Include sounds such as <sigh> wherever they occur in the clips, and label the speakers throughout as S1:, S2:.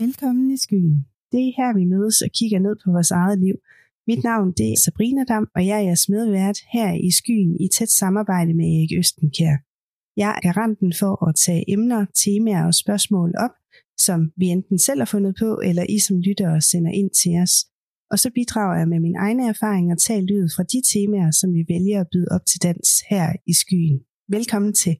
S1: Velkommen i skyen. Det er her, vi mødes og kigger ned på vores eget liv. Mit navn det er Sabrina Dam, og jeg er jeres medvært her i Skyen i tæt samarbejde med Erik Østenkær. Jeg er garanten for at tage emner, temaer og spørgsmål op, som vi enten selv har fundet på, eller I som lyttere sender ind til os. Og så bidrager jeg med mine egne erfaringer og tager lydet fra de temaer, som vi vælger at byde op til dans her i Skyen. Velkommen til.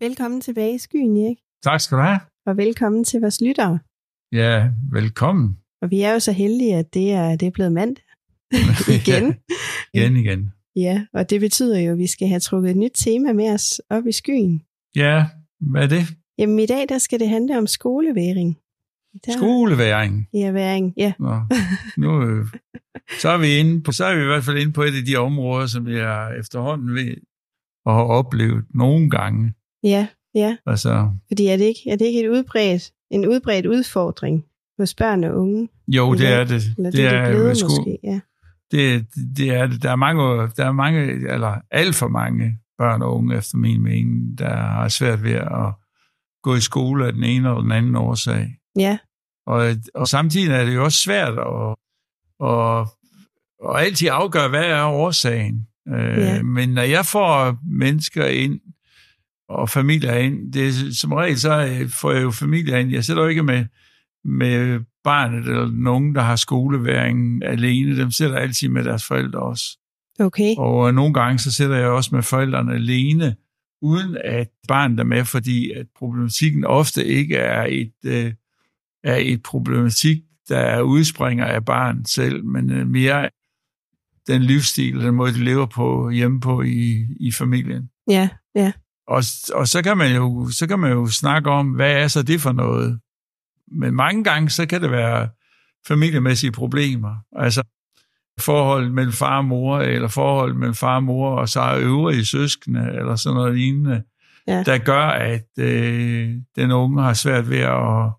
S1: Velkommen tilbage i Skyen, Erik.
S2: Tak skal du have.
S1: Og velkommen til vores lyttere.
S2: Ja, velkommen.
S1: Og vi er jo så heldige, at det er, det er blevet mandag
S2: <laughs>
S1: igen.
S2: igen, igen.
S1: ja, og det betyder jo, at vi skal have trukket et nyt tema med os op i skyen.
S2: Ja, hvad er det?
S1: Jamen i dag, der skal det handle om skoleværing. Der,
S2: Skoleværing.
S1: Ja, væring. Ja,
S2: Nå, nu, øh, så, er vi inde på, så er vi i hvert fald inde på et af de områder, som vi er efterhånden ved at have oplevet nogle gange.
S1: ja, ja.
S2: Altså,
S1: Fordi er det ikke, er det ikke et udbredt, en udbredt udfordring hos børn og unge?
S2: jo, det
S1: Ja,
S2: er det.
S1: Eller det, det er det
S2: jo
S1: blevet
S2: sko-
S1: måske. Ja.
S2: det, det er det. Der er mange, der er mange, eller alt for mange børn og unge, efter min mening, der har svært ved at gå i skole af den ene eller den anden årsag.
S1: ja,
S2: Og, og samtidig er det jo også svært at, at, at altid afgøre, hvad er årsagen. Øh,
S1: Ja.
S2: Men når jeg får mennesker ind, og familier ind, det er, som regel så øh, får jeg jo familier ind. Jeg sætter jo ikke med, med barnet eller nogen, der har skoleværing alene. Dem sætter jeg altid med deres forældre også.
S1: okay.
S2: Og øh, nogle gange så sætter jeg også med forældrene alene, uden at barnet er med, fordi at problematikken ofte ikke er et, øh, er et problematik, der er udspringer af barnet selv, men øh, mere den livsstil, den måde, de lever på hjemme på i, i familien.
S1: Ja, ja.
S2: Og, og så, kan man jo, så kan man jo snakke om, hvad er så det for noget? Men mange gange, så kan det være familiemæssige problemer. Altså forhold mellem far og mor, eller forhold mellem far og mor, og så øvrige søskende, eller sådan noget lignende,
S1: Ja.
S2: der gør, at øh, den unge har svært ved at,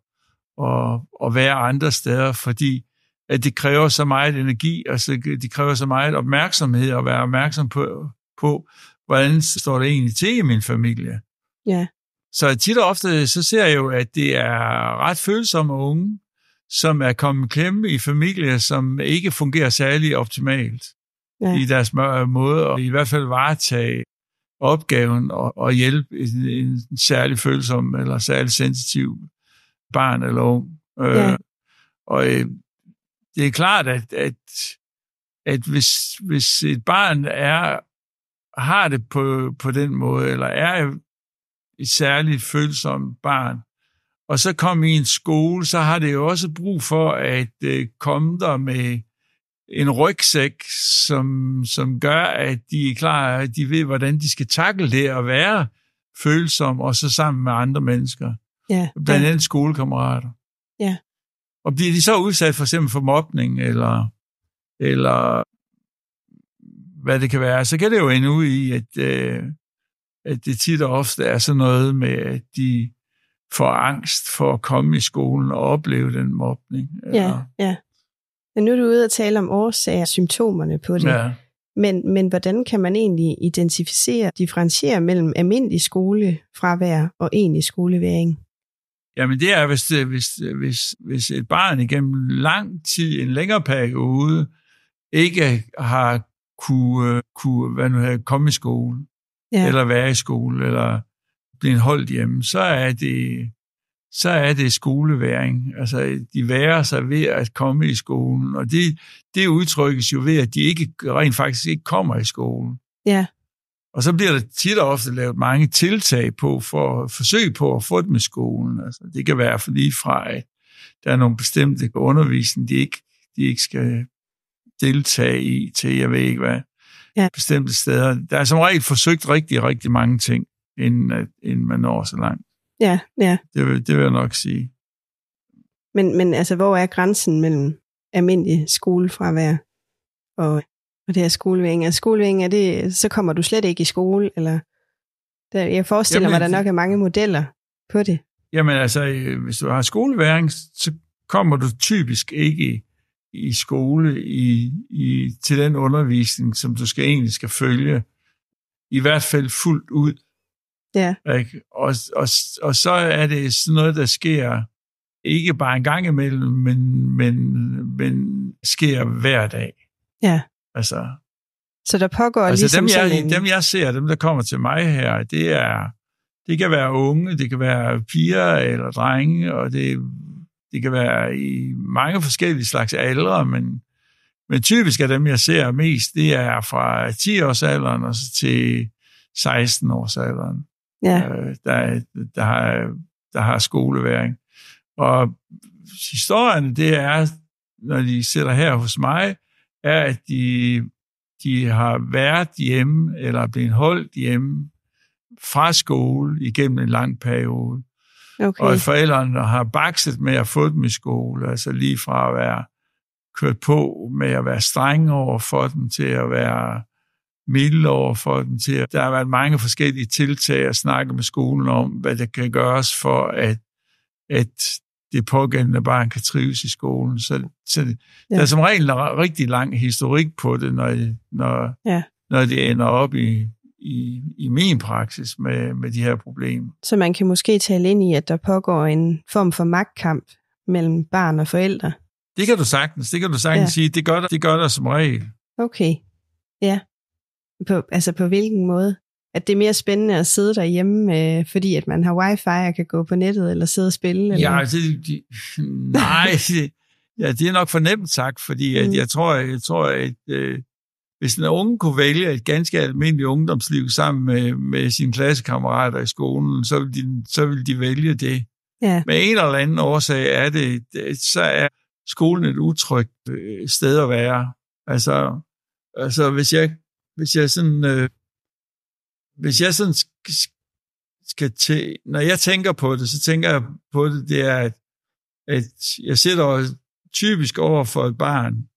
S2: at, at være andre steder, fordi at det kræver så meget energi, og så, det kræver så meget opmærksomhed at være opmærksom på, på hvordan står det egentlig til i min familie?
S1: Ja.
S2: Så tit og ofte, så ser jeg jo, at det er ret følsomme unge, som er kommet i klemme i familier, som ikke fungerer særlig optimalt
S1: Ja.
S2: ja. i deres må- måde, og i hvert fald varetage opgaven og, og hjælpe en, en særlig følsom eller særlig sensitiv barn eller ung.
S1: Ja.
S2: Øh, og øh, det er klart, at, at, at hvis, hvis et barn er har det på, på den måde, eller er et særligt følsomt barn, og så kom i en skole, så har det jo også brug for at øh, komme der med en rygsæk, som, som gør, at de er klar, at de ved, hvordan de skal takle det at være følsom, og så sammen med andre mennesker,
S1: ja,
S2: blandt
S1: ja.
S2: andet skolekammerater.
S1: Ja.
S2: Og bliver de så udsat for eksempel for mobning, eller, eller hvad det kan være, så kan det jo ende ud i, at, øh, at det tit og ofte er sådan noget med, at de får angst for at komme i skolen og opleve den mobning.
S1: ja, ja. Men nu er du ude og tale om årsager, symptomerne på det.
S2: ja.
S1: Men, men hvordan kan man egentlig identificere, differentiere mellem almindelig skolefravær og egentlig skoleværing?
S2: Jamen det er, hvis, det, hvis, øh, hvis, hvis et barn igennem lang tid, en længere periode, ikke har kunne, øh, kunne hvad nu hedder, komme i skole,
S1: Ja.
S2: ja. eller være i skole, eller blive holdt hjemme, så er det, så er det skoleværing. Altså, de værer sig ved at komme i skolen, og det, det udtrykkes jo ved, at de ikke rent faktisk ikke kommer i skolen.
S1: Ja.
S2: Og så bliver der tit og ofte lavet mange tiltag på for at forsøge på at få dem i skolen. Altså, det kan være for lige fra, at der er nogle bestemte undervisning, de ikke, de ikke skal deltage i, til jeg ved ikke hvad
S1: Ja.
S2: bestemte steder. Der er som regel forsøgt rigtig, rigtig mange ting, inden, at, inden man når så langt.
S1: Ja, ja.
S2: Det vil, det vil jeg nok sige.
S1: Men, men altså, hvor er grænsen mellem almindelig skolefravær Altså, og, og det her skoleværing? Er skoleværing, er det, så kommer du slet ikke i skole, eller Der, jeg forestiller
S2: Jamen, altså-
S1: mig, der nok er mange modeller på det.
S2: Jamen altså, øh, hvis du har skoleværing, så kommer du typisk ikke i, i skole i, i, til den undervisning, som du skal egentlig skal følge. I hvert fald fuldt ud.
S1: Ja.
S2: Ikke? Og, og, og så er det sådan noget, der sker ikke bare en gang imellem, men, men, men sker hver dag.
S1: Ja.
S2: Altså,
S1: Så der pågår
S2: altså
S1: ligesom
S2: dem, jeg,
S1: sådan en...
S2: dem, jeg ser, dem, der kommer til mig her, det er, det kan være unge, det kan være piger eller drenge, og det, det kan være i mange forskellige slags aldre, men, men typisk af dem, jeg ser mest, det er fra 10-årsalderen og så til 16-årsalderen
S1: ja.
S2: øh, der, der, har, der har skoleværing. Og historien, det er, når de sidder her hos mig, er, at de, de har været hjemme, eller er blevet holdt hjemme fra skole igennem en lang periode.
S1: Okay.
S2: Okay. Og forældrene har bakset med at få dem i skole, altså lige fra at være kørt på med at være streng over for dem, til at være mild over for dem, til at der har været mange forskellige tiltag at snakke med skolen om, hvad der kan gøres for, at, at det pågældende barn kan trives i skolen. Så, så ja. der
S1: Ja.
S2: er som regel en r- rigtig lang historik på det, når, når,
S1: Ja.
S2: når det ender op i, i, i min praksis med, med de her problemer.
S1: Så man kan måske tale ind i, at der pågår en form for magtkamp mellem barn og forældre.
S2: Det kan du sagtens. Det kan du sagtens
S1: Ja.
S2: ja. sige. Det gør, der, det gør der som regel.
S1: Okay. Ja. På, altså på hvilken måde? At det er mere spændende at sidde derhjemme, øh, fordi at man har wifi og kan gå på nettet eller sidde og spille? Eller?
S2: Ja, det, de, nej, det- ja, det er nok for nemt sagt, fordi at
S1: Mm.
S2: jeg tror, jeg tror at øh, hvis en unge kunne vælge et ganske almindeligt ungdomsliv sammen med, med sine klassekammerater i skolen, så ville de, så ville de vælge det.
S1: Ja.
S2: Med en eller anden årsag er det, det- så er skolen et utrygt øh, sted at være. Altså, altså hvis jeg, hvis jeg sådan, øh, hvis jeg sådan sk- sk- skal til, når jeg tænker på det, så tænker jeg på det, det er, at, at jeg sidder og typisk over for et barn,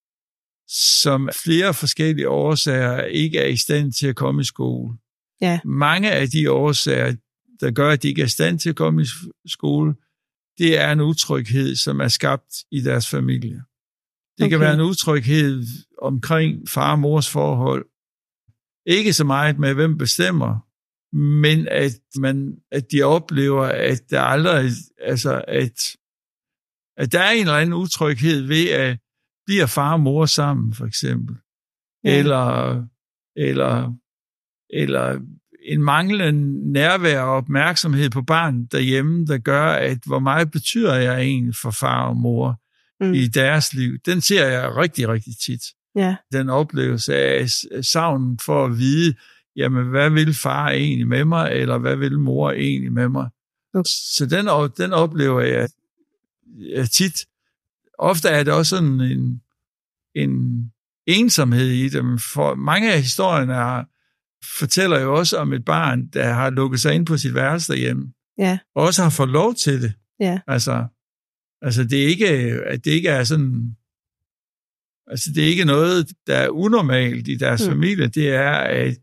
S2: som af flere forskellige årsager ikke er i stand til at komme i skole.
S1: Ja.
S2: Mange af de årsager, der gør, at de ikke er i stand til at komme i f- skole, det er en utryghed, som er skabt i deres familie. Det okay. kan
S1: Okay.
S2: være en utryghed omkring far og mors forhold. Ikke så meget med, hvem bestemmer, men at, man, at de oplever, at der aldrig, altså at, at der er en eller anden utryghed ved, at bliver far og mor sammen, for eksempel.
S1: Ja.
S2: Ja. Eller, eller, eller en manglende nærvær og opmærksomhed på barnet derhjemme, der gør, at hvor meget betyder jeg egentlig for far og mor
S1: Mm.
S2: mm. i deres liv, den ser jeg rigtig, rigtig tit.
S1: Ja.
S2: Den oplevelse af s- savnen for at vide, jamen hvad vil far egentlig med mig, eller hvad vil mor egentlig med mig?
S1: Okay.
S2: Så den, o- den oplever jeg, jeg tit. Ofte er det også sådan en, en ensomhed i dem, for mange af historierne er, fortæller jo også om et barn, der har lukket sig ind på sit værelse derhjemme,
S1: Ja.
S2: og også har fået lov til det.
S1: Ja.
S2: Altså, altså det er ikke, at det ikke er sådan, altså det er ikke noget, der er unormalt i deres
S1: Mm.
S2: mm. familie, det er, at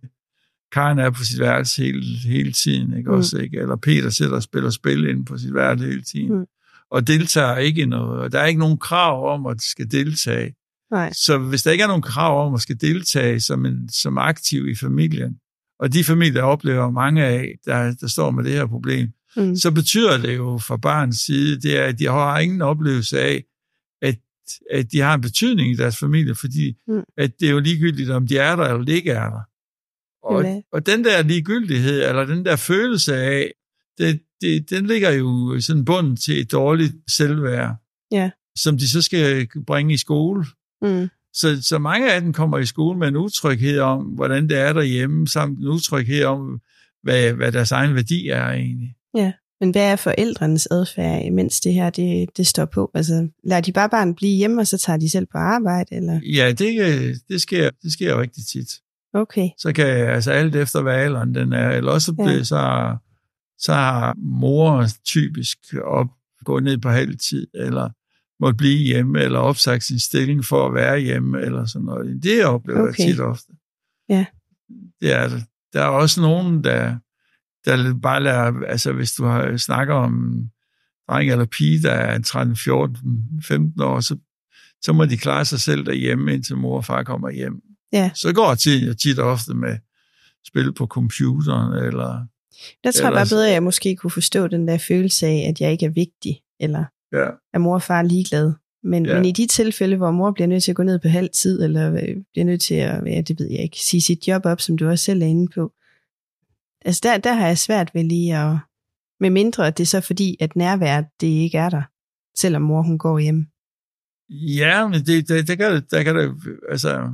S2: Karen er på sit værelse hele, hele tiden, ikke
S1: Mm.
S2: også, ikke? Eller Peter sidder og spiller spil inde på sit værelse hele tiden,
S1: Mm.
S2: mm. og deltager ikke i noget, og der er ikke nogen krav om, at de skal deltage.
S1: Nej.
S2: Så hvis der ikke er nogen krav om at skal deltage som, en, som aktiv i familien, og de familier oplever mange af, der, der står med det her problem,
S1: Mm.
S2: så betyder det jo fra barnets side, det er, at de har ingen oplevelse af, at, at de har en betydning i deres familie, fordi
S1: Mm.
S2: mm. at det er jo ligegyldigt, om de er der eller ikke er der. Og,
S1: Jamen, ja.
S2: og den der ligegyldighed, eller den der følelse af, det, det, den ligger jo i sådan bunden til et dårligt selvværd,
S1: Ja.
S2: som de så skal bringe i skole.
S1: Mm.
S2: Så, så mange af dem kommer i skole med en utryghed om, hvordan det er derhjemme, samt en utryghed om, hvad, hvad deres egen værdi er egentlig.
S1: Men hvad er forældrenes adfærd, imens det her det, det står på? Altså, lader de bare barnet blive hjemme, og så tager de selv på arbejde? Eller?
S2: Ja, det, øh, det, sker, det sker jo rigtig tit.
S1: Okay.
S2: Så kan jeg, altså alt efter, hvad alderen den er, eller også
S1: Ja.
S2: ja. så, så har mor typisk op, gået ned på halv tid, eller måtte blive hjemme, eller opsagt sin stilling for at være hjemme, eller sådan noget. Det oplever okay.
S1: Okay.
S2: jeg tit ofte.
S1: Ja.
S2: Det er det. Der er også nogen, der, der bare lader, altså hvis du har, snakker om dreng eller pige, der er 13, 14, 15 år, så, så må de klare sig selv derhjemme, indtil mor og far kommer hjem.
S1: Ja.
S2: Så går tiden jo tit ofte med spil på computeren, eller
S1: Der tror jeg bare
S2: Ellers-
S1: bedre, at jeg måske kunne forstå den der følelse af, at jeg ikke er vigtig, eller
S2: ja,
S1: er mor og far ligeglade. Men, ja.
S2: Ja.
S1: men i de tilfælde, hvor mor bliver nødt til at gå ned på halv tid, eller øh, bliver nødt til at, ja, det ved jeg ikke, sige sit job op, som du også selv er inde på, altså der, der har jeg svært ved lige at, med mindre at det er så fordi, at nærværet, det ikke er der, selvom mor hun går hjem.
S2: Ja, men det, det, det kan det, der kan det, altså,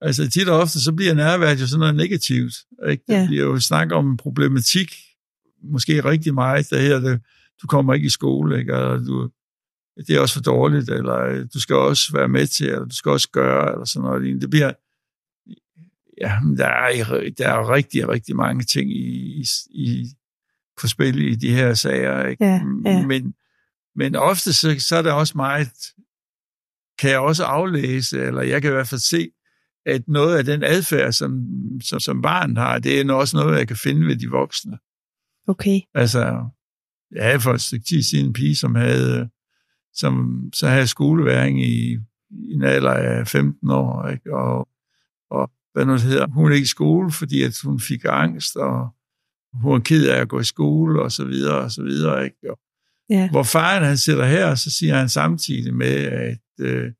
S2: altså tit og ofte, så bliver nærværet jo sådan noget negativt. Ikke? Der
S1: Ja.
S2: ja. bliver jo snak om en problematik, måske rigtig meget, der her, det, du kommer ikke i skole, ikke? og du, det er også for dårligt, eller øh, du skal også være med til, eller du skal også gøre, eller sådan noget. lignende. Det bliver, ja, men der er, i- der er rigtig, rigtig mange ting i, i, i, på spil i de her sager. Ikke?
S1: Ja, ja.
S2: Men, men ofte så, så er der også meget, kan jeg også aflæse, eller jeg kan i hvert fald se, at noget af den adfærd, som, som, som barn har, det er også noget, jeg kan finde ved de voksne.
S1: Okay,
S2: Altså, jeg havde for et stykke tid siden en pige, som havde, øh, som, så havde skoleværing i, i en alder af 15 år, ikke? Og, og hvad nu det hedder, hun er ikke i skole, fordi at hun fik angst, og hun er ked af at gå i skole, og så videre, og så videre, ikke? Og,
S1: ja,
S2: hvor faren han sidder her, og så siger han samtidig med, at, øh,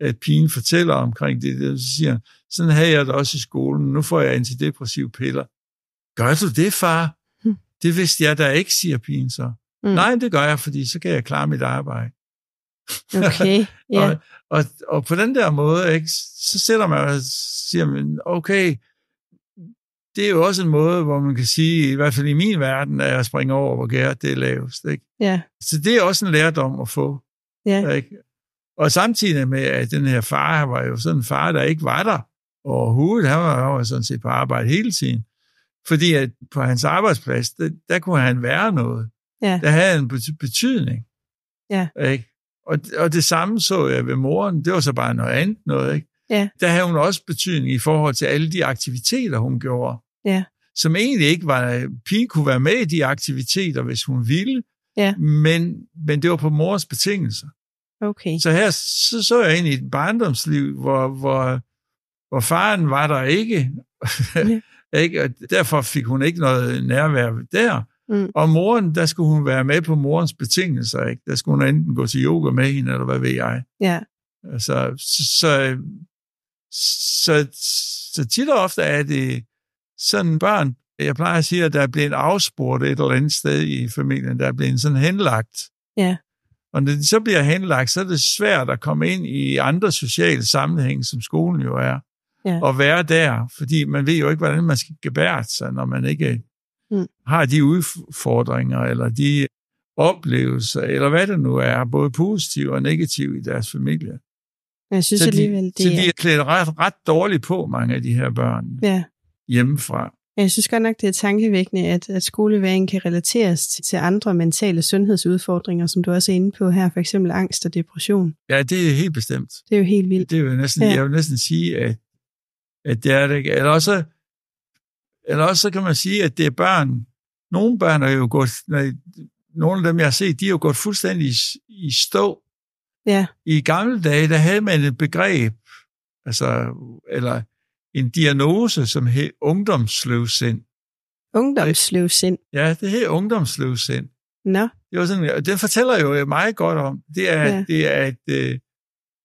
S2: at pigen fortæller omkring det, det, så siger han, sådan havde jeg det også i skolen, nu får jeg antidepressive piller. Gør du det, far?
S1: Hmm.
S2: Det vidste jeg da ikke, siger pigen så.
S1: Mm.
S2: Mm. Nej, det gør jeg, fordi så kan jeg klare mit arbejde. <laughs>
S1: okay, ja,
S2: Og, og, og på den der måde, ikke, så sætter man og siger, man, okay, det er jo også en måde, hvor man kan sige, i hvert fald i min verden, at jeg springer over, hvor gæret det er lavest. Ikke?
S1: ja,
S2: Så det er også en lærdom at få.
S1: Ja.
S2: Ikke? Og samtidig med, at den her far han var jo sådan en far, der ikke var der overhovedet. Han var, han var sådan set på arbejde hele tiden. Fordi at på hans arbejdsplads, der, der kunne han være noget.
S1: Ja.
S2: Der havde en bet- betydning.
S1: Ja.
S2: Ikke? Og, og det samme så jeg ved moren. Det var så bare noget andet noget. Ikke?
S1: Ja.
S2: Der havde hun også betydning i forhold til alle de aktiviteter, hun gjorde.
S1: Ja.
S2: Som egentlig ikke var... Pigen kunne være med i de aktiviteter, hvis hun ville.
S1: Ja.
S2: Men, men det var på mors betingelser.
S1: okay,
S2: Så her så, så jeg ind i et barndomsliv, hvor, hvor, hvor faren var der ikke.
S1: Ja.
S2: <laughs> ikke. Og derfor fik hun ikke noget nærvær der.
S1: Mm.
S2: Og moren, der skulle hun være med på morens betingelser. Ikke? Der skulle hun enten gå til yoga med hende, eller hvad ved jeg.
S1: ja,
S2: Altså, så, så, så, så tit og ofte er det sådan børn, jeg plejer at sige, at der er blevet afspurgt et eller andet sted i familien, der er blevet sådan henlagt.
S1: Ja.
S2: Og når de så bliver henlagt, så er det svært at komme ind i andre sociale sammenhænge, som skolen jo er,
S1: Ja.
S2: og være der, fordi man ved jo ikke, hvordan man skal gebære sig, når man ikke
S1: Mm.
S2: har de udfordringer, eller de oplevelser, eller hvad det nu er, både positive og negative i deres familie.
S1: Men jeg synes
S2: Så de,
S1: alligevel, det
S2: så de
S1: er,
S2: er klædt ret, ret dårligt på, mange af de her børn,
S1: ja.
S2: hjemmefra.
S1: Ja, Jeg synes godt nok, det er tankevækkende, at, at skoleværing kan relateres til, til andre mentale sundhedsudfordringer, som du også er inde på her, for eksempel angst og depression.
S2: Ja, det er helt bestemt.
S1: Det er jo helt vildt.
S2: Det er jo næsten,
S1: Ja.
S2: ja. jeg vil næsten sige, at, at det er det ikke. Eller også, eller også så kan man sige, at det er børn. Nogle børn er jo gået, nej, nogle af dem, jeg har set, de er jo gået fuldstændig i- i stå.
S1: Ja.
S2: I gamle dage, der havde man et begreb, altså, eller en diagnose, som hed ungdomsløvsind.
S1: Ungdomsløv sind.
S2: Ja, det hed ungdomsløvsind.
S1: Nå,
S2: Det var sådan, og det fortæller jo øh, meget godt om. Det er,
S1: Ja.
S2: ja. det er, et, øh,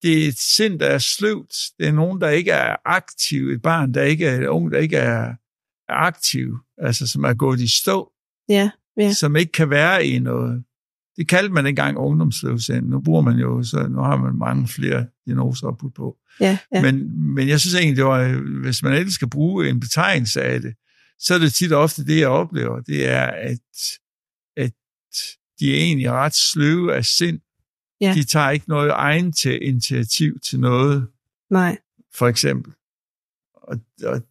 S2: det er et sind, der er sløvt. Det er nogen, der ikke er aktiv. Et barn, der ikke er, et ung, der ikke er, er aktiv. Altså, som er gået i stå.
S1: Ja, ja.
S2: Som ikke kan være i noget. Det kaldte man engang ungdomsløvsind. Nu bruger man jo, så nu har man mange flere diagnoser at putte på.
S1: ja, ja.
S2: Ja. Men, men jeg synes egentlig, det var, øh, hvis man ellers skal bruge en betegnelse af det, så er det tit og ofte det, jeg oplever, det er, at, at de er egentlig ret sløve af sind.
S1: Ja.
S2: De tager ikke noget egen til initiativ til noget,
S1: nej.
S2: for eksempel. Og, og,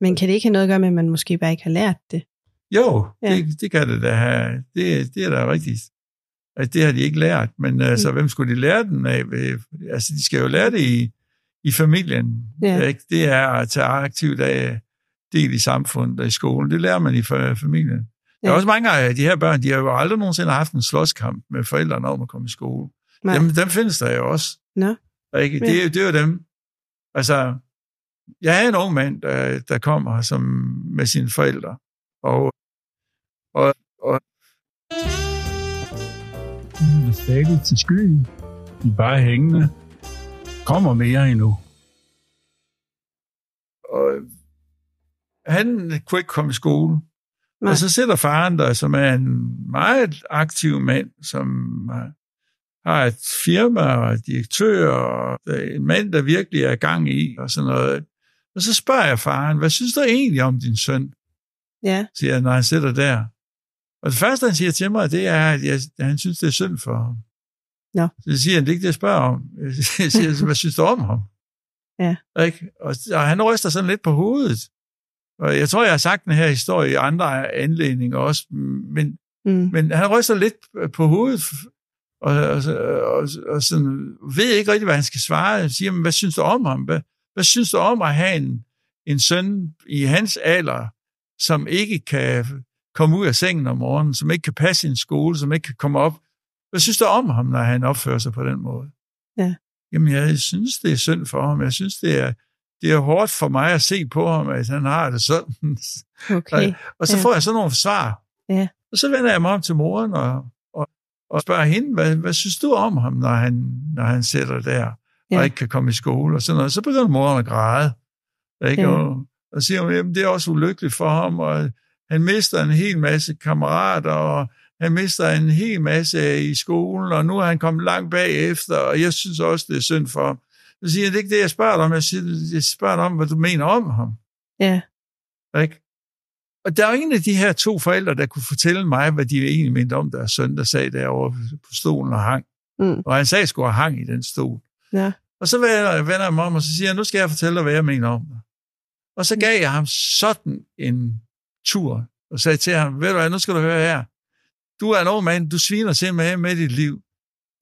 S1: Men kan det ikke have noget at gøre med, at man måske bare ikke har lært det?
S2: jo,
S1: Ja.
S2: ja. det, det kan det da have. Det, det er da rigtigt. Altså, det har de ikke lært, men
S1: Mm.
S2: altså, hvem skulle de lære den af? Øh, Altså, de skal jo lære det i, i familien.
S1: Ja.
S2: Ikke? Det er at tage aktivt af, del i samfundet og i skolen. Det lærer man i fa- familien. Der er
S1: Ja.
S2: også mange af de her børn, de har jo aldrig nogensinde haft en slåskamp med forældrene om at komme i skole.
S1: Nej.
S2: Dem, dem findes der jo også.
S1: Nå.
S2: Og Ikke? Det, er jo- det er jo dem. Altså, jeg havde en ung mand, der, der kom her som, med sine forældre. Og, og, og... De er stadig til skyen. De er bare hængende. Kommer mere endnu. Og han kunne ikke komme i skole.
S1: Nej.
S2: Nej. Og så sidder faren der, som er en meget aktiv mand, som har- har et firma og er direktør, og øh, en mand, der virkelig er gang i, og sådan noget. Og så spørger jeg faren, hvad synes du egentlig om din søn?
S1: Ja,
S2: Siger han, når han sidder der. Og det første, han siger til mig, det er, at jeg, at han synes, det er synd for ham.
S1: Nå.
S2: Så siger han, det er ikke det, jeg spørger om. Jeg
S1: <laughs>
S2: siger, hvad synes du om ham?
S1: Ja.
S2: Ikke? Og, og han ryster sådan lidt på hovedet. Og jeg tror, jeg har sagt den her historie i andre anledninger også, men
S1: mm.
S2: men han ryster lidt øh, på hovedet, og, og, og, og sådan, ved ikke rigtig, hvad han skal svare. Han siger, "Men hvad synes du om ham? Hvad, hvad synes du om at have en, en søn i hans alder, som ikke kan komme ud af sengen om morgenen, som ikke kan passe sin skole, som ikke kan komme op? Hvad synes du om ham, når han opfører sig på den måde?
S1: Ja.
S2: Jamen, jeg synes, det er synd for ham. Jeg synes, det er, det er hårdt for mig at se på ham, at han har det sådan.
S1: okay.
S2: Og så
S1: Ja.
S2: ja. får jeg sådan nogle svar.
S1: Ja.
S2: Og så vender jeg mig om til moren og, og, og spørger hende, hvad, hvad synes du om ham, når han, når han sætter der
S1: Ja.
S2: og ikke kan komme i skole og sådan noget. Så begynder moren at græde. Ikke?
S1: Ja.
S2: Ja. Og, og siger, hun, jamen det er også ulykkeligt for ham, og han mister en hel masse kammerater, og han mister en hel masse i skolen, og nu er han kommet langt bagefter, og jeg synes også, det er synd for ham. Så siger jeg, det er ikke det, jeg spørger dig om. Jeg, siger, jeg spørger dig om, hvad du mener om ham. <laughs>
S1: Ja,
S2: Ikke? Og der er jo ingen af de her to forældre, der kunne fortælle mig, hvad de egentlig mente om deres søn, der sad derovre på stolen og hang.
S1: Mm.
S2: Og han sagde, at jeg skulle have hang i den stol.
S1: Ja.
S2: Og så vender jeg, vender jeg mig om, og så siger jeg, nu skal jeg fortælle dig, hvad jeg mener om dig. Og
S1: Mm.
S2: så gav jeg ham sådan en tur, og sagde til ham, ved du hvad, nu skal du høre her. Du er en ung mand, du sviner simpelthen med dit liv.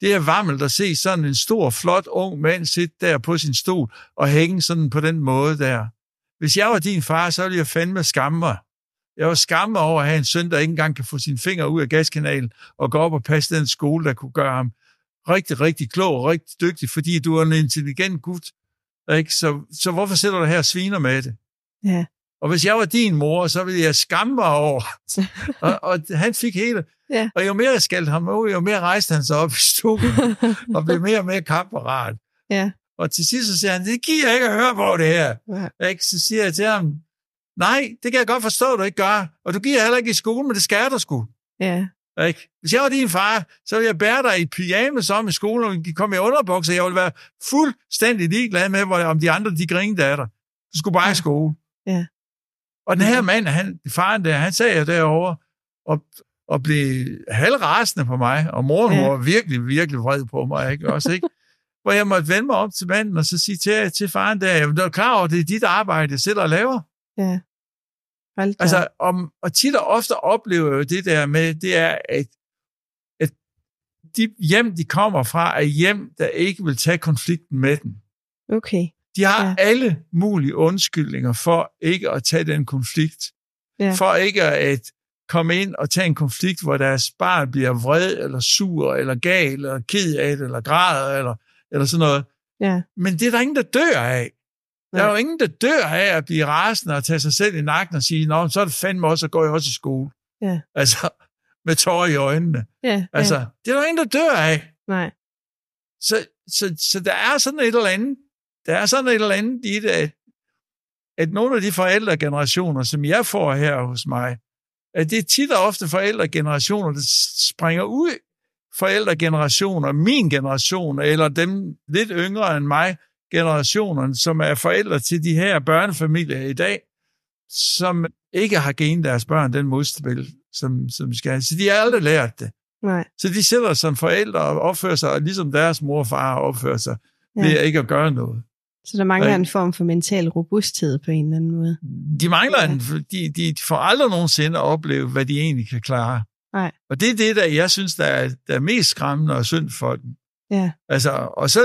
S2: Det er varmelt at se sådan en stor, flot, ung mand sidde der på sin stol og hænge sådan på den måde der hvis jeg var din far, så ville jeg fandme skamme mig. Jeg var skamme mig over at have en søn, der ikke engang kan få sine fingre ud af gaskanalen og gå op og passe den skole, der kunne gøre ham rigtig, rigtig klog og rigtig dygtig, fordi du er en intelligent gut. Ikke? Så, så hvorfor sidder du her og sviner med det?
S1: Ja.
S2: Og hvis jeg var din mor, så ville jeg skamme mig
S1: <laughs>
S2: over. og, og han fik hele.
S1: Ja.
S2: Og jo mere jeg skældte ham ud, jo mere rejste han sig op i stuen og blev mere og mere kampparat.
S1: Ja.
S2: Og til sidst så siger han, det giver jeg ikke at høre på det her. Ikke? Så siger jeg til ham, nej, det kan jeg godt forstå, du ikke gør. Og du giver heller ikke i skole, men det skal du sgu.
S1: ja,
S2: Ikke? Hvis jeg var din far, så ville jeg bære dig i pyjamas om i skolen, og de kom i underbukser. Jeg ville være fuldstændig ligeglad med, hvor- om de andre de grinede af dig. Du skulle bare i
S1: Ja.
S2: skole.
S1: Ja.
S2: Og den her mand, han, faren der, han sagde jo derovre, og, og blev halvrasende på mig, og moren
S1: Ja.
S2: ja. var virkelig, virkelig vred på mig, ikke? Også, ikke? Hvor jeg måtte vende mig om til manden, og så sige til, til faren der, jamen, du er klar over, det er dit arbejde, jeg sidder og laver.
S1: ja. Hold da.
S2: Altså, om, og tit og ofte oplever jeg jo det der med, det er, at, at de hjem, de kommer fra, er hjem, der ikke vil tage konflikten med dem.
S1: okay.
S2: De har
S1: Ja.
S2: ja. alle mulige undskyldninger for ikke at tage den konflikt.
S1: Ja.
S2: For ikke at komme ind og tage en konflikt, hvor deres barn bliver vred, eller sur, eller gal, eller ked af det, eller græder, eller, eller sådan noget.
S1: Ja.
S2: Men det er der ingen, der dør af. Der er
S1: Nej.
S2: jo ingen, der dør af at blive rasende og tage sig selv i nakken og sige, Nå, men så er det fandme også, så går jeg også i skole.
S1: Ja.
S2: Altså, med tårer i øjnene.
S1: Ja,
S2: Altså,
S1: ja.
S2: det er der ingen, der dør af.
S1: Nej.
S2: Så, så, så der er sådan et eller andet, der er sådan et eller andet i det, at, at nogle af de forældregenerationer, som jeg får her hos mig, at det er tit og ofte forældregenerationer, der springer ud forældregenerationer, min generation, eller dem lidt yngre end mig, generationerne, som er forældre til de her børnefamilier i dag, som ikke har genet deres børn den modspil, som, som de skal have. Så de har aldrig lært det.
S1: Nej.
S2: Så de sidder som forældre og opfører sig, ligesom deres mor og far opfører sig,
S1: Ja.
S2: ja. ved ikke at gøre noget.
S1: Så der mangler
S2: Ikke?
S1: en form for mental robusthed på en eller anden måde.
S2: De mangler,
S1: Ja.
S2: ja. en, de, de, de får aldrig nogensinde at opleve, hvad de egentlig kan klare.
S1: Nej.
S2: Og det er det, der jeg synes, der er, der er mest skræmmende og synd for dem.
S1: Ja.
S2: Altså, og så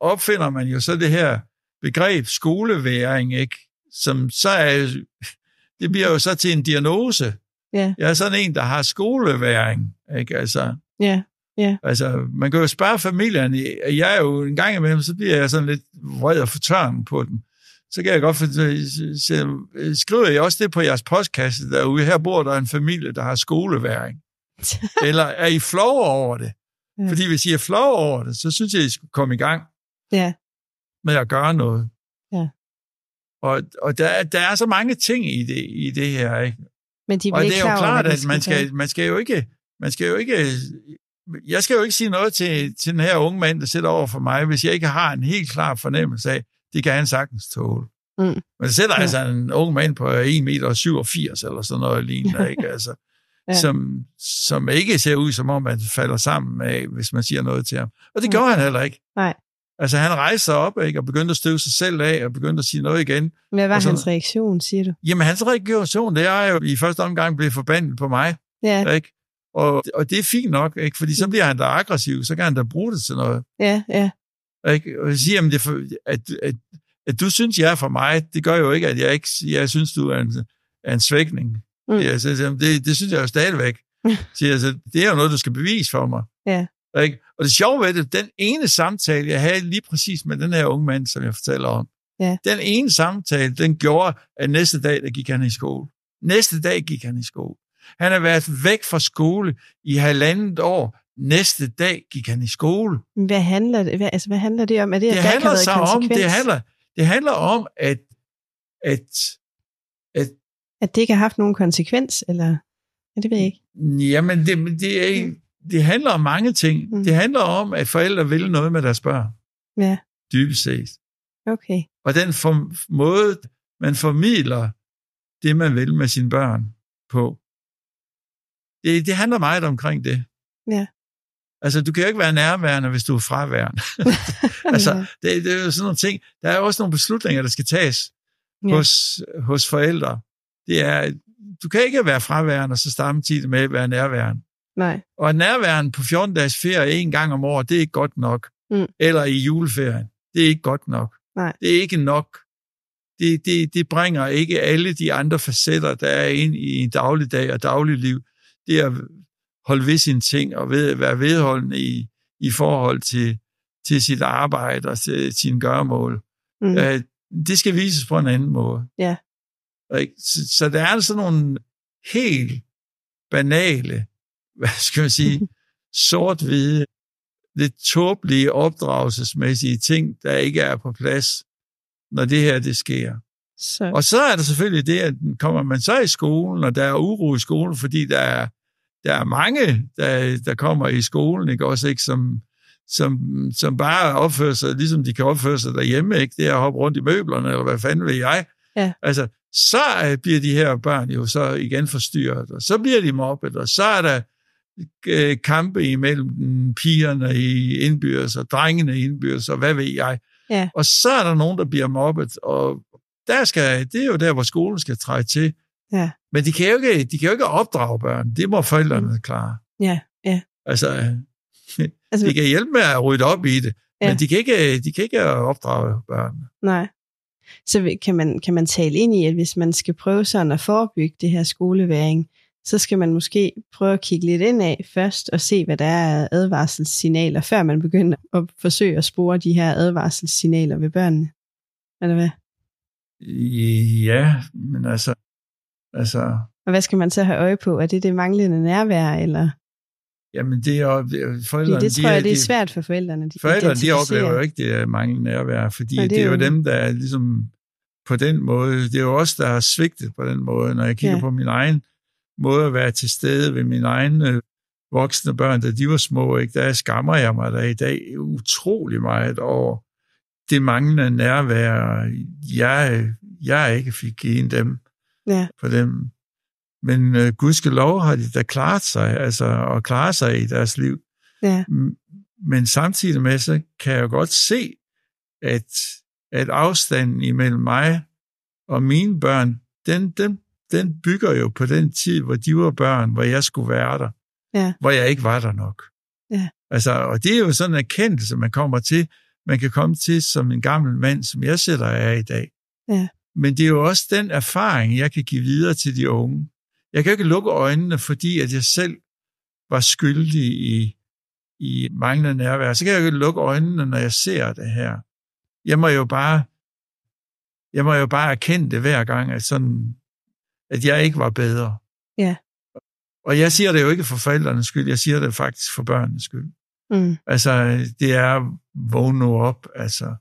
S2: opfinder man jo så det her begreb skoleværing, ikke? som så er, det bliver jo så til en diagnose.
S1: Ja.
S2: Jeg er sådan en, der har skoleværing. Ikke? Altså,
S1: Ja.
S2: altså, man kan jo spørge familierne. Jeg er jo en gang imellem, så bliver jeg sådan lidt vred og fortørn på dem. Så kan jeg godt finde, så- så- skriver jeg også det på jeres postkasse derude. Her bor der en familie, der har
S1: <laughs>
S2: skoleværing. Eller er I flove over det?
S1: Ja.
S2: Fordi hvis I er flove over det, så synes jeg, I skulle komme i gang
S1: Ja.
S2: med at gøre noget.
S1: Ja.
S2: Og, og der, er- der er så mange ting i det, i det her. Ikke?
S1: Men de
S2: Og
S1: bliver
S2: det
S1: ikke
S2: er jo
S1: klar over,
S2: klart,
S1: hvad de
S2: at man
S1: gøre.
S2: skal, man skal jo ikke, man skal jo ikke, jeg skal jo ikke sige noget til, til den her unge mand, der sidder over for mig, hvis jeg ikke har en helt klar fornemmelse af, det kan han sagtens tåle.
S1: Mm.
S2: Men der sidder
S1: Ja.
S2: ja. altså en ung mand på 1,87 meter eller sådan noget lignende, ikke? Altså,
S1: <laughs> Ja.
S2: ja. som, som ikke ser ud som om, man falder sammen af, hvis man siger noget til ham. Og
S1: Nej.
S2: det gjorde han heller ikke.
S1: Mm. Nej.
S2: Altså han rejste sig op ikke, og begyndte at støve sig selv af og begyndte at sige noget igen.
S1: Hvad var
S2: og sådan-
S1: hans reaktion, siger du?
S2: Jamen, hans reaktion, det er jo i første omgang blevet forbandet på mig,
S1: Ja,
S2: ja. ikke? Og, Mm. og det er fint nok, ikke? Fordi så bliver han da aggressiv, så kan han da bruge det til noget,
S1: ja, ja.
S2: ikke? Og sige, jamen, det er for, at, at, at du synes, jeg er for mig, det gør jo ikke, at jeg ikke jeg synes, du er en, er en svækning.
S1: Mm.
S2: Mm. Jeg siger, jamen, det, det synes jeg jo stadigvæk.
S1: <laughs>
S2: siger jeg, så det er jo noget, du skal bevise for mig.
S1: Ja.
S2: Ikke? Og det sjove ved det, den ene samtale, jeg havde lige præcis med den her unge mand, som jeg fortæller om,
S1: Ja.
S2: den ene samtale, den gjorde, at næste dag, der gik han i skole. Næste dag gik han i skole. Han har været væk fra skole i halvandet år. Næste dag gik han i skole.
S1: Men Hvad handler det, hvad, altså, hvad handler det om? Er det, at
S2: det
S1: der ikke
S2: handler
S1: har været
S2: sig om,
S1: konsekvens?
S2: det handler, det handler om, at, at
S1: At det ikke har haft nogen konsekvens, eller? Ja, det ved jeg ikke.
S2: jamen, det, men det, er, ikke- det handler om mange ting.
S1: Mm.
S2: Det handler om, at forældre vil noget med deres børn.
S1: Ja,
S2: dybest set.
S1: okay.
S2: Og den form, måde, man formidler det, man vil med sine børn på, det, det handler meget omkring det.
S1: Ja.
S2: Altså, du kan jo ikke være nærværende, hvis du er fraværende. Altså, Det, det er jo sådan nogle ting. Der er jo også nogle beslutninger, der skal tages
S1: Ja.
S2: ja. hos, hos forældre. Det er, du kan ikke være fraværende og så samtidig med at være nærværende.
S1: nej,
S2: Og nærværen på 14 dages ferie en gang om året, det er ikke godt nok.
S1: Mm.
S2: Eller i juleferien, det er ikke godt nok.
S1: Nej.
S2: Det er ikke nok. Det, det, det bringer ikke alle de andre facetter, der er ind i en dagligdag og dagligliv. Det er at holde ved sine ting og ved, være vedholdende i, i forhold til, til sit arbejde og til sine gøremål.
S1: mm,
S2: Mm. Øh, det skal vises på en anden måde.
S1: Ja.
S2: Ikke? Så, så der er sådan nogle helt banale, <laughs> hvad skal man sige, sort-hvide, lidt tåbelige opdragelsesmæssige ting, der ikke er på plads, når det her det sker.
S1: så,
S2: Og så er der selvfølgelig det, at kommer man så i skolen, og der er uro i skolen, fordi der er, der er mange, der, der kommer i skolen, ikke? også ikke som, som, som bare opfører sig, ligesom de kan opføre sig derhjemme, ikke? det er at hoppe rundt i møblerne, eller hvad fanden ved jeg.
S1: Ja.
S2: Altså, så øh, bliver de her børn jo så igen forstyrret, og så bliver de mobbet, og så er der øh, kampe imellem mm, pigerne i indbyrdes, og drengene i indbyrdes, og hvad ved jeg.
S1: Ja.
S2: Og så er der nogen, der bliver mobbet, og der skal, det er jo der, hvor skolen skal træde til.
S1: Ja.
S2: Men de kan, jo ikke, de kan jo ikke opdrage børn. Det må forældrene klare.
S1: Mm. ja, ja.
S2: Altså, <laughs>
S1: Altså,
S2: de kan hjælpe med at rydde op i det,
S1: Ja.
S2: men de kan ikke, de kan ikke opdrage børn.
S1: nej. Så vi- kan man, kan man tale ind i, at hvis man skal prøve sådan at forebygge det her skoleværing, så skal man måske prøve at kigge lidt ind af først og se, hvad der er af advarselssignaler, før man begynder at forsøge at spore de her advarselssignaler ved børnene. Eller hvad?
S2: Ja, men altså, altså
S1: Og hvad skal man så have øje på? Er det det manglende nærvær, eller?
S2: jamen det er jo- det er-
S1: Fordi
S2: forældrene,
S1: det tror
S2: de,
S1: jeg, det er
S2: de-
S1: svært for forældrene. De
S2: Forældrene, de
S1: identificerer.
S2: oplever jo ikke det er manglende nærvær, fordi
S1: Nej,
S2: Nej,
S1: det
S2: det,
S1: er
S2: er det er jo
S1: jo-
S2: dem, der er ligesom på den måde, det er jo os, der har svigtet på den måde. Når jeg kigger
S1: Ja.
S2: ja. på min egen måde at være til stede ved mine egne øh, voksne børn, da de var små, ikke, der skammer jeg mig da i dag utrolig meget over det manglende nærvær, jeg, jeg ikke fik givet dem
S1: Ja,
S2: for dem. Men øh, gudskelov har de da klaret sig, altså og klaret sig i deres liv.
S1: Ja.
S2: M- Men samtidig med, så kan jeg jo godt se, at, at afstanden imellem mig og mine børn, den, den, den bygger jo på den tid, hvor de var børn, hvor jeg skulle være der,
S1: Ja.
S2: hvor jeg ikke var der nok.
S1: Ja.
S2: Altså, og det er jo sådan en erkendelse, man kommer til, man kan komme til som en gammel mand, som jeg sætter er i dag. Men det er jo også den erfaring, jeg kan give videre til de unge. Jeg kan jo ikke lukke øjnene, fordi at jeg selv var skyldig i, i manglende nærvær. Så kan jeg jo ikke lukke øjnene, når jeg ser det her. Jeg må jo bare, jeg må jo bare erkende det hver gang, at, sådan, at jeg ikke var bedre.
S1: Ja.
S2: Og jeg siger det jo ikke for forældrenes skyld, jeg siger det faktisk for børnenes skyld.
S1: Mm.
S2: Altså, det er vågne nu op, altså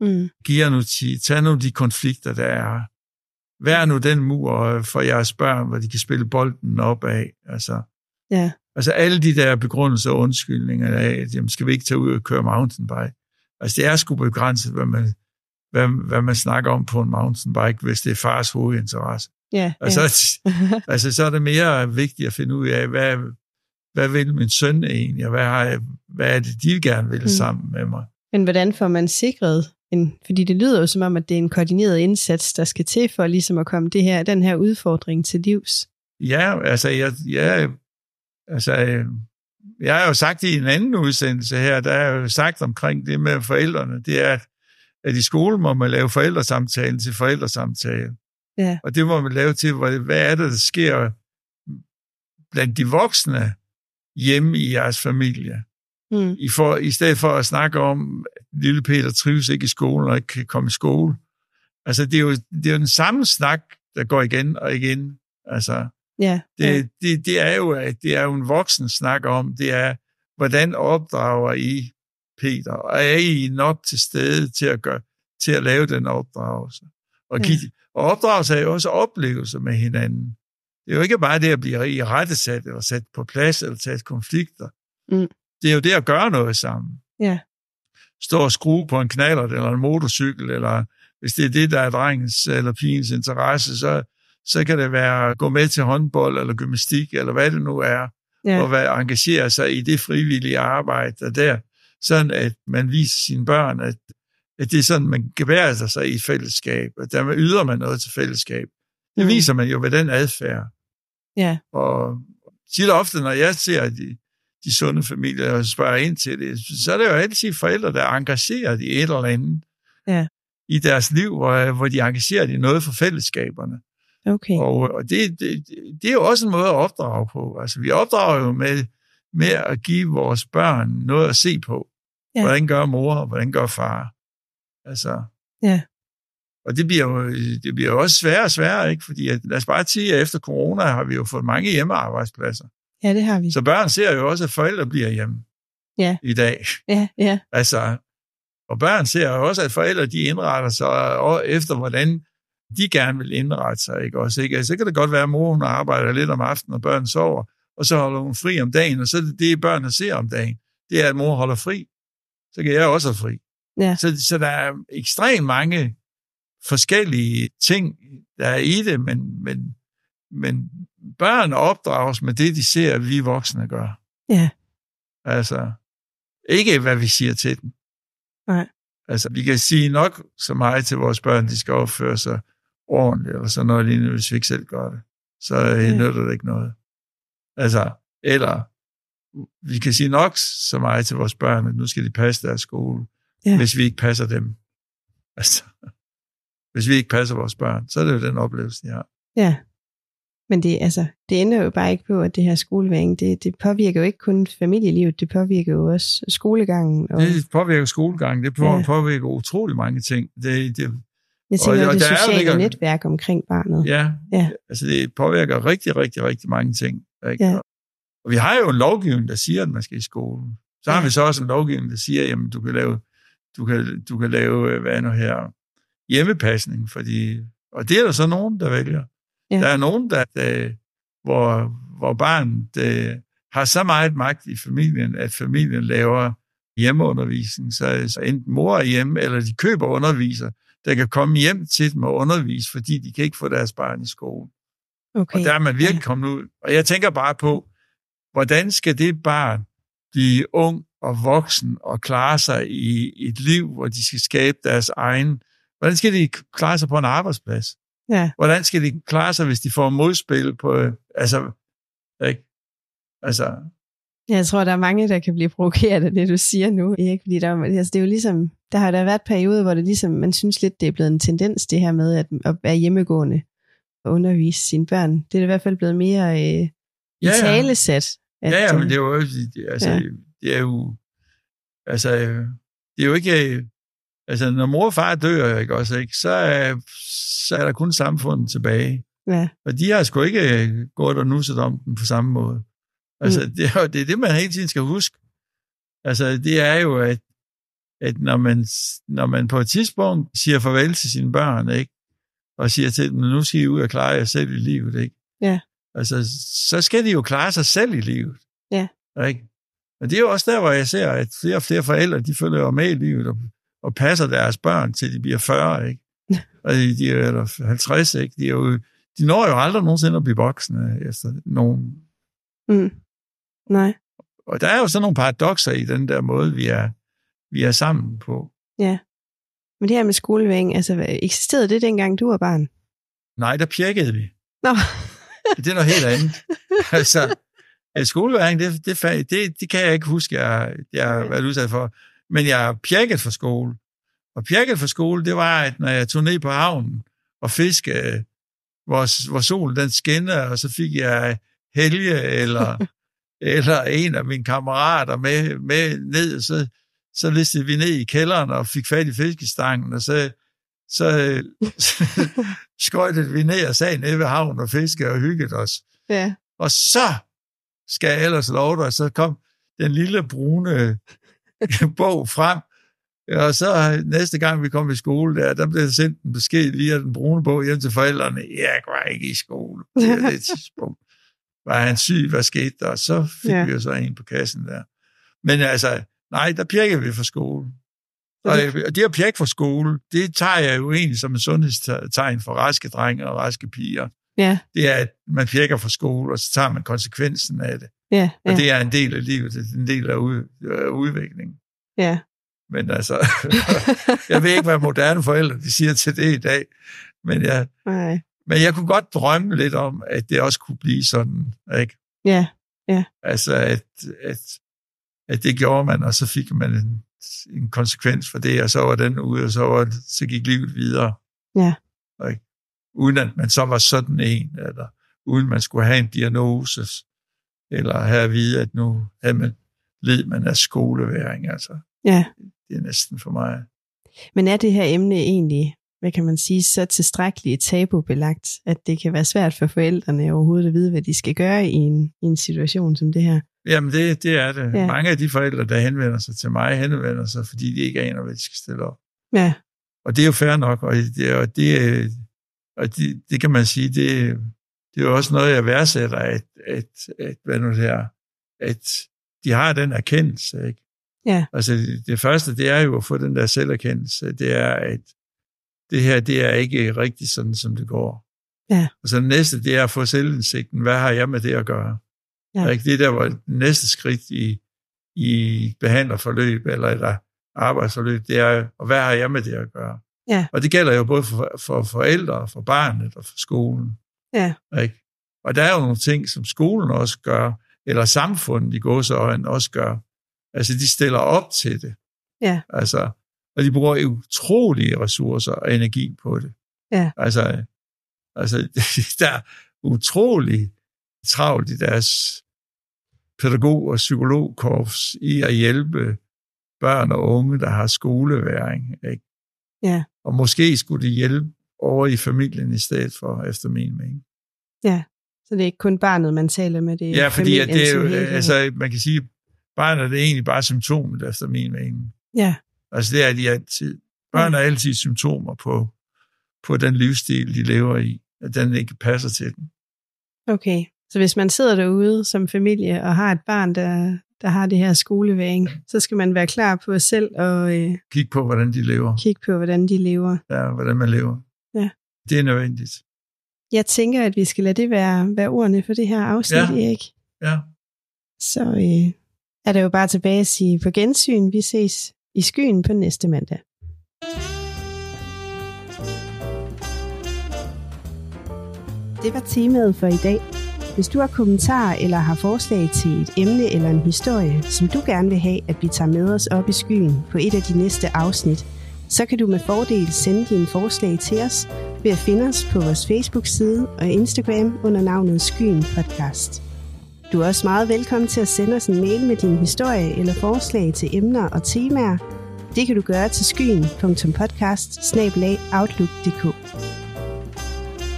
S1: Mm.
S2: giv jer nu tid, tag nu de konflikter, der er. Vær nu den mur for jeres børn, hvor de kan spille bolden op af. Altså,
S1: Ja.
S2: altså alle de der begrundelser og undskyldninger af, at jamen, skal vi ikke tage ud og køre mountainbike? Altså det er sgu begrænset, hvad man, hvad, hvad man snakker om på en mountainbike, hvis det er fars hovedinteresse.
S1: Ja.
S2: Altså,
S1: ja.
S2: <laughs> altså så er det mere vigtigt at finde ud af, hvad, hvad vil min søn egentlig, og hvad, har jeg, hvad er det, de gerne vil
S1: Mm.
S2: mm. sammen med mig?
S1: <laughs> Men hvordan får man sikret en, fordi det lyder jo som om, at det er en koordineret indsats, der skal til for ligesom at komme det her, den her udfordring til livs.
S2: Ja, altså, jeg, jeg, altså, øh, jeg har jo sagt i en anden udsendelse her, der er jo sagt omkring det med forældrene, det er, at, at i skolen må man lave forældresamtalen til forældresamtale.
S1: Ja.
S2: Og det må man lave til, hvor- hvad er det, der sker blandt de voksne hjemme i jeres familie.
S1: Mm.
S2: I, for, I stedet for at snakke om, at lille Peter trives ikke i skolen og ikke kan komme i skole. Altså, det er jo, det er jo den samme snak, der går igen og igen. Altså,
S1: Ja. ja.
S2: det, det, det, er jo, at det er jo en voksen snak om, det er, hvordan opdrager I Peter? Og er I nok til stede til at, gøre, til at lave den opdragelse? Og,
S1: Ja.
S2: give, og opdragelse er jo også oplevelser med hinanden. Det er jo ikke bare det at blive i rettesat, eller sat på plads, eller tage konflikter.
S1: Mm.
S2: Det er jo det at gøre noget sammen.
S1: Ja.
S2: Stå og skrue på en knallert, eller en motorcykel, eller hvis det er det, der er drengens eller pigens interesse, så, så kan det være at gå med til håndbold eller gymnastik, eller hvad det nu er,
S1: Ja.
S2: og være, engagere sig i det frivillige arbejde der, er der, sådan at man viser sine børn, at, at det er sådan, man gebærer sig, sig i et fællesskab, og der yder man noget til fællesskab. Det
S1: Mm.
S2: viser man jo ved den adfærd.
S1: Ja.
S2: Og tit og ofte, når jeg ser de, de sunde familier og spørger ind til det, så er det jo altid forældre, der er engageret i et eller andet
S1: Ja.
S2: i deres liv, og, hvor de er engageret i noget for fællesskaberne.
S1: Mm, Okay.
S2: Og, og det, det, det er jo også en måde at opdrage på. Altså, vi opdrager jo med, med at give vores børn noget at se på.
S1: Ja.
S2: Ja. Hvordan gør mor, og hvordan gør far? Altså,
S1: Ja.
S2: Og det bliver, jo, det bliver jo også sværere og sværere, ikke? Fordi at, lad os bare sige, at efter corona har vi jo fået mange hjemmearbejdspladser.
S1: Ja, det har vi.
S2: Så børn ser jo også, at forældre bliver hjemme
S1: Mm. Ja.
S2: i dag.
S1: Ja, ja.
S2: Altså, og børn ser jo også, at forældre de indretter sig og efter, hvordan de gerne vil indrette sig. Ikke? Også, ikke? Altså, så kan det godt være, at mor hun arbejder lidt om aftenen, og børn sover, og så holder hun fri om dagen, og så er det det, børnene ser om dagen. Det er, at mor holder fri. Så kan jeg også have fri.
S1: Ja.
S2: Så, så der er ekstremt mange forskellige ting, der er i det, men, men, men børn opdrages med det, de ser, at vi voksne gør.
S1: Ja.
S2: Altså, ikke hvad vi siger til dem.
S1: Nej.
S2: Altså, vi kan sige nok så meget til vores børn, de skal opføre sig ordentligt, eller sådan noget lignende, hvis vi ikke selv gør det. Så øh,
S1: Ja.
S2: nytter det ikke noget. Altså, eller vi kan sige nok så meget til vores børn, at nu skal de passe deres skole,
S1: Ja.
S2: ja. hvis vi ikke passer dem. Altså, hvis vi ikke passer vores børn, så er det jo den oplevelse, de har.
S1: Ja. Men det, altså, det ender jo bare ikke på, at det her skoleværing, det, det påvirker jo ikke kun familielivet, det påvirker jo også skolegangen. Og,
S2: Det påvirker skolegangen, det på-
S1: Ja.
S2: påvirker utrolig mange ting. Det, det,
S1: jeg tænker,
S2: og-
S1: det
S2: og der er jo
S1: sociale
S2: ligger-
S1: netværk omkring barnet.
S2: Ja,
S1: Ja.
S2: altså det påvirker rigtig, rigtig, rigtig mange ting. Ikke?
S1: Ja.
S2: Og vi har jo en lovgivning, der siger, at man skal i skole. Så har
S1: Ja.
S2: vi så også en lovgivning, der siger, jamen du kan lave, du kan, du kan lave øh, hvad er nu her, hjemmepasning, fordi, og det er der så nogen, der vælger.
S1: Ja.
S2: Der er nogen, der, der hvor, hvor barnet øh, har så meget magt i familien, at familien laver hjemmeundervisning, så, så enten mor er hjemme, eller de køber underviser, der kan komme hjem til dem og undervise, fordi de kan ikke få deres barn i skole.
S1: Okay.
S2: Og der er man virkelig kommet ud. Og jeg tænker bare på, hvordan skal det barn blive ung og voksen og klare sig i et liv, hvor de skal skabe deres egen... Hvordan skal de klare sig på en arbejdsplads?
S1: Ja.
S2: Hvordan skal de klare sig, hvis de får modspil på... øh, Altså, ikke? Altså,
S1: Jeg tror, der er mange, der kan blive provokeret af det, du siger nu, Erik, fordi der, altså, det er jo ligesom, der har der været perioder, hvor det ligesom, man synes lidt, det er blevet en tendens, det her med at, at være hjemmegående og undervise sine børn. Det er i hvert fald blevet mere øh, ja, ja. talesat. øh,
S2: At, ja, ja, men det er jo altså, ja. det er jo, altså, det er jo ikke, altså, når mor og far dør, ikke også, ikke, så, er, så er der kun samfundet tilbage.
S1: Ja.
S2: Og de har sgu ikke øh, gået og nusset om dem på samme måde. Altså, mm. det, er, det er det, man hele tiden skal huske. Altså, det er jo, at, at når, man, når man på et tidspunkt siger farvel til sine børn, ikke? og siger til dem, nu skal I ud og klare jer selv i livet, ikke?
S1: Ja.
S2: Altså, så skal de jo klare sig selv i livet.
S1: Ja.
S2: Ikke? Og det er jo også der, hvor jeg ser, at flere og flere forældre, de følger jo med i livet og, og passer deres børn, til de bliver
S1: <laughs>
S2: 40, ikke? og de, de er eller 50, ikke? De, er jo, de når jo aldrig nogensinde at blive voksne efter nogen.
S1: Mm. Nej.
S2: Og der er jo sådan nogle paradokser i den der måde, vi er, vi er sammen på.
S1: Ja. Men det her med skoleværing, altså eksisterede det dengang, du var barn?
S2: Nej, der pjekkede vi.
S1: Nå. <laughs>
S2: det er noget helt andet. <laughs> altså, skoleværing, det, det, det, det kan jeg ikke huske, jeg, jeg har været udsat for. Men jeg er pjekket for skole. Og pjekket for skole, det var, at når jeg tog ned på havnen og fiskede, øh, hvor, hvor solen den skinner, og så fik jeg Helge eller, eller en af mine kammerater med, med ned, så, så listede vi ned i kælderen og fik fat i fiskestangen, og så, så, så skøjtede vi ned og sagde ned ved havnen og fiskede og hyggede os.
S1: Ja.
S2: Og så skal jeg ellers love dig, så kom den lille brune <laughs> bog frem, og så næste gang vi kom i skole der, der blev sendt en besked lige af den brune bog hjem til forældrene. Jeg var ikke i skole på det <laughs> tidspunkt. Var han syg? Hvad skete der? Og så fik ja. vi jo så en på kassen der. Men altså, nej, der pjekker vi for skole. Og det at pjekke for skole, det tager jeg jo egentlig som en sundhedstegn for raske drenge og raske piger.
S1: Ja.
S2: Det er, at man pjekker for skole, og så tager man konsekvensen af det.
S1: Ja,
S2: ja. Og det er en del af livet, det er en del af øh, udviklingen.
S1: Ja,
S2: men altså, <laughs> jeg ved ikke, hvad moderne forældre de siger til det i dag. Men jeg,
S1: <laughs> Nej.
S2: men jeg kunne godt drømme lidt om, at det også kunne blive sådan, ikke?
S1: Ja, ja.
S2: Altså, at, at, at det gjorde man, og så fik man en, en konsekvens for det, og så var den ude, og så, var, så gik livet videre.
S1: Ja.
S2: Ikke? Uden at man så var sådan en, eller uden man skulle have en diagnose, eller have at vide, at nu havde man, led man af skoleværing, altså.
S1: Ja.
S2: Det er næsten for mig.
S1: Men er det her emne egentlig, hvad kan man sige, så tilstrækkeligt tabubelagt, at det kan være svært for forældrene overhovedet at vide, hvad de skal gøre i en, i en situation som det her?
S2: Jamen, det, det er det.
S1: Ja.
S2: Ja. Mange af de forældre, der henvender sig til mig, henvender sig, fordi de ikke aner, hvad de skal stille op.
S1: Ja,
S2: Og det er jo fair nok, og det, og det, og det, det kan man sige, det, det er jo også noget, jeg værdsætter, at, at, at, hvad nu det her, at de har den erkendelse, ikke?
S1: Ja.
S2: Altså, det første, det er jo at få den der selverkendelse, det er, at det her, det er ikke rigtigt sådan, som det går.
S1: Ja.
S2: Og så det næste, det er at få selvindsigten. Hvad har jeg med det at gøre?
S1: Ja.
S2: Ikke? Det er der, hvor det næste skridt i, i et behandlerforløb eller et arbejdsforløb, det er, og hvad har jeg med det at gøre?
S1: Ja.
S2: Og det gælder jo både for, for forældre, for barnet og for skolen.
S1: Ja.
S2: Ikke? Og der er jo nogle ting, som skolen også gør, eller samfundet i gåseøjne også gør. Altså, de stiller op til det.
S1: Ja.
S2: Altså, og de bruger utrolige ressourcer og energi på det.
S1: Ja.
S2: Altså, altså <laughs> der er utrolig travlt i deres pædagog- og psykologkorps i at hjælpe børn og unge, der har skoleværing. Ikke?
S1: Ja.
S2: Og måske skulle de hjælpe over i familien i stedet for, efter min mening.
S1: så det er ikke kun barnet, man taler med, det er
S2: Ja, fordi
S1: familien
S2: at det er jo,
S1: som helhed.
S2: altså, man kan sige, barnet er det egentlig bare symptomet, efter min mening.
S1: Ja,
S2: Altså det er de altid. Børn er altid symptomer på, på den livsstil, de lever i, at den ikke passer til dem.
S1: okay. Så hvis man sidder derude som familie og har et barn, der, der har det her skoleværing, så skal man være klar på selv og øh,
S2: Kig på, hvordan de lever,
S1: kigge på, hvordan de lever.
S2: ja, hvordan man lever.
S1: Ja.
S2: Det er nødvendigt.
S1: Jeg tænker, at vi skal lade det være, være ordene for det her afsnit, ja.
S2: Ja.
S1: Erik.
S2: Ja.
S1: Så øh, er det jo bare tilbage at sige på gensyn. Vi ses i skyen på næste mandag. Det var temaet for i dag. Hvis du har kommentarer eller har forslag til et emne eller en historie, som du gerne vil have, at vi tager med os op i skyen på et af de næste afsnit, så kan du med fordel sende dine forslag til os ved at finde os på vores Facebook-side og Instagram under navnet Skyen Podcast. Du er også meget velkommen til at sende os en mail med din historie eller forslag til emner og temaer. Det kan du gøre til skyen.podcast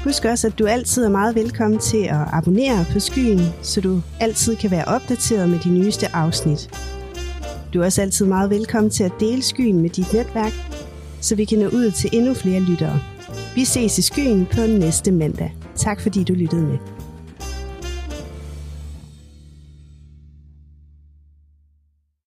S1: Husk også, at du altid er meget velkommen til at abonnere på Skyen, så du altid kan være opdateret med de nyeste afsnit. Du er også altid meget velkommen til at dele Skyen med dit netværk, så vi kan nå ud til endnu flere lyttere. Vi ses i Skyen på næste mandag. Tak fordi du lyttede med.